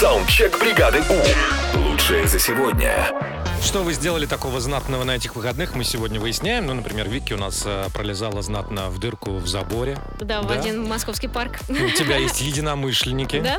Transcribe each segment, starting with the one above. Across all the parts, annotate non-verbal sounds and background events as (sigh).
Саундчек бригады У. Лучшее за сегодня. Что вы сделали такого знатного на этих выходных, мы сегодня выясняем. Ну, например, Вики у нас э, пролезала знатно в дырку в заборе. Да, в Да? один московский парк. У тебя есть единомышленники. Да?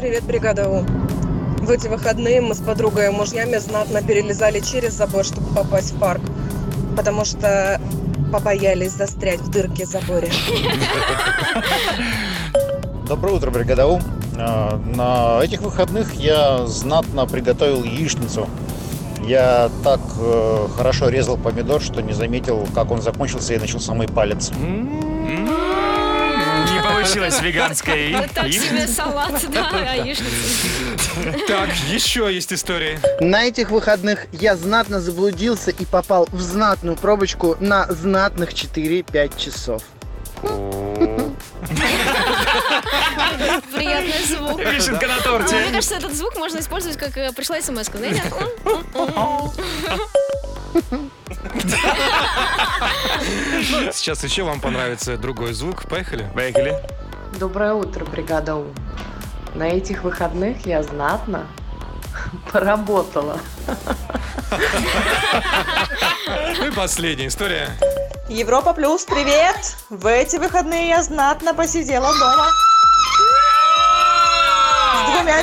Привет, бригада У. В эти выходные мы с подругой и мужьями знатно перелезали через забор, чтобы попасть в парк, потому что побоялись застрять в дырке заборе. Доброе утро, бригада У. Э, На этих выходных я знатно приготовил яичницу. Я так э, хорошо резал помидор, что не заметил, как он закончился и начал самый палец. Не получилось веганская Вот так и- себе салат, да, яичница. Так, еще есть истории. На этих выходных я знатно заблудился и попал в знатную пробочку на знатных 4-5 часов. Приятный звук. Вишенка на Ну, Мне торте. кажется, этот звук можно использовать, как э, пришла смс знаете? Сейчас еще вам понравится другой звук. Поехали. Поехали. Доброе утро, бригада У. На этих выходных я знатно (laughs) поработала. Ну и последняя история. Европа Плюс, привет! В эти выходные я знатно посидела дома. С двумя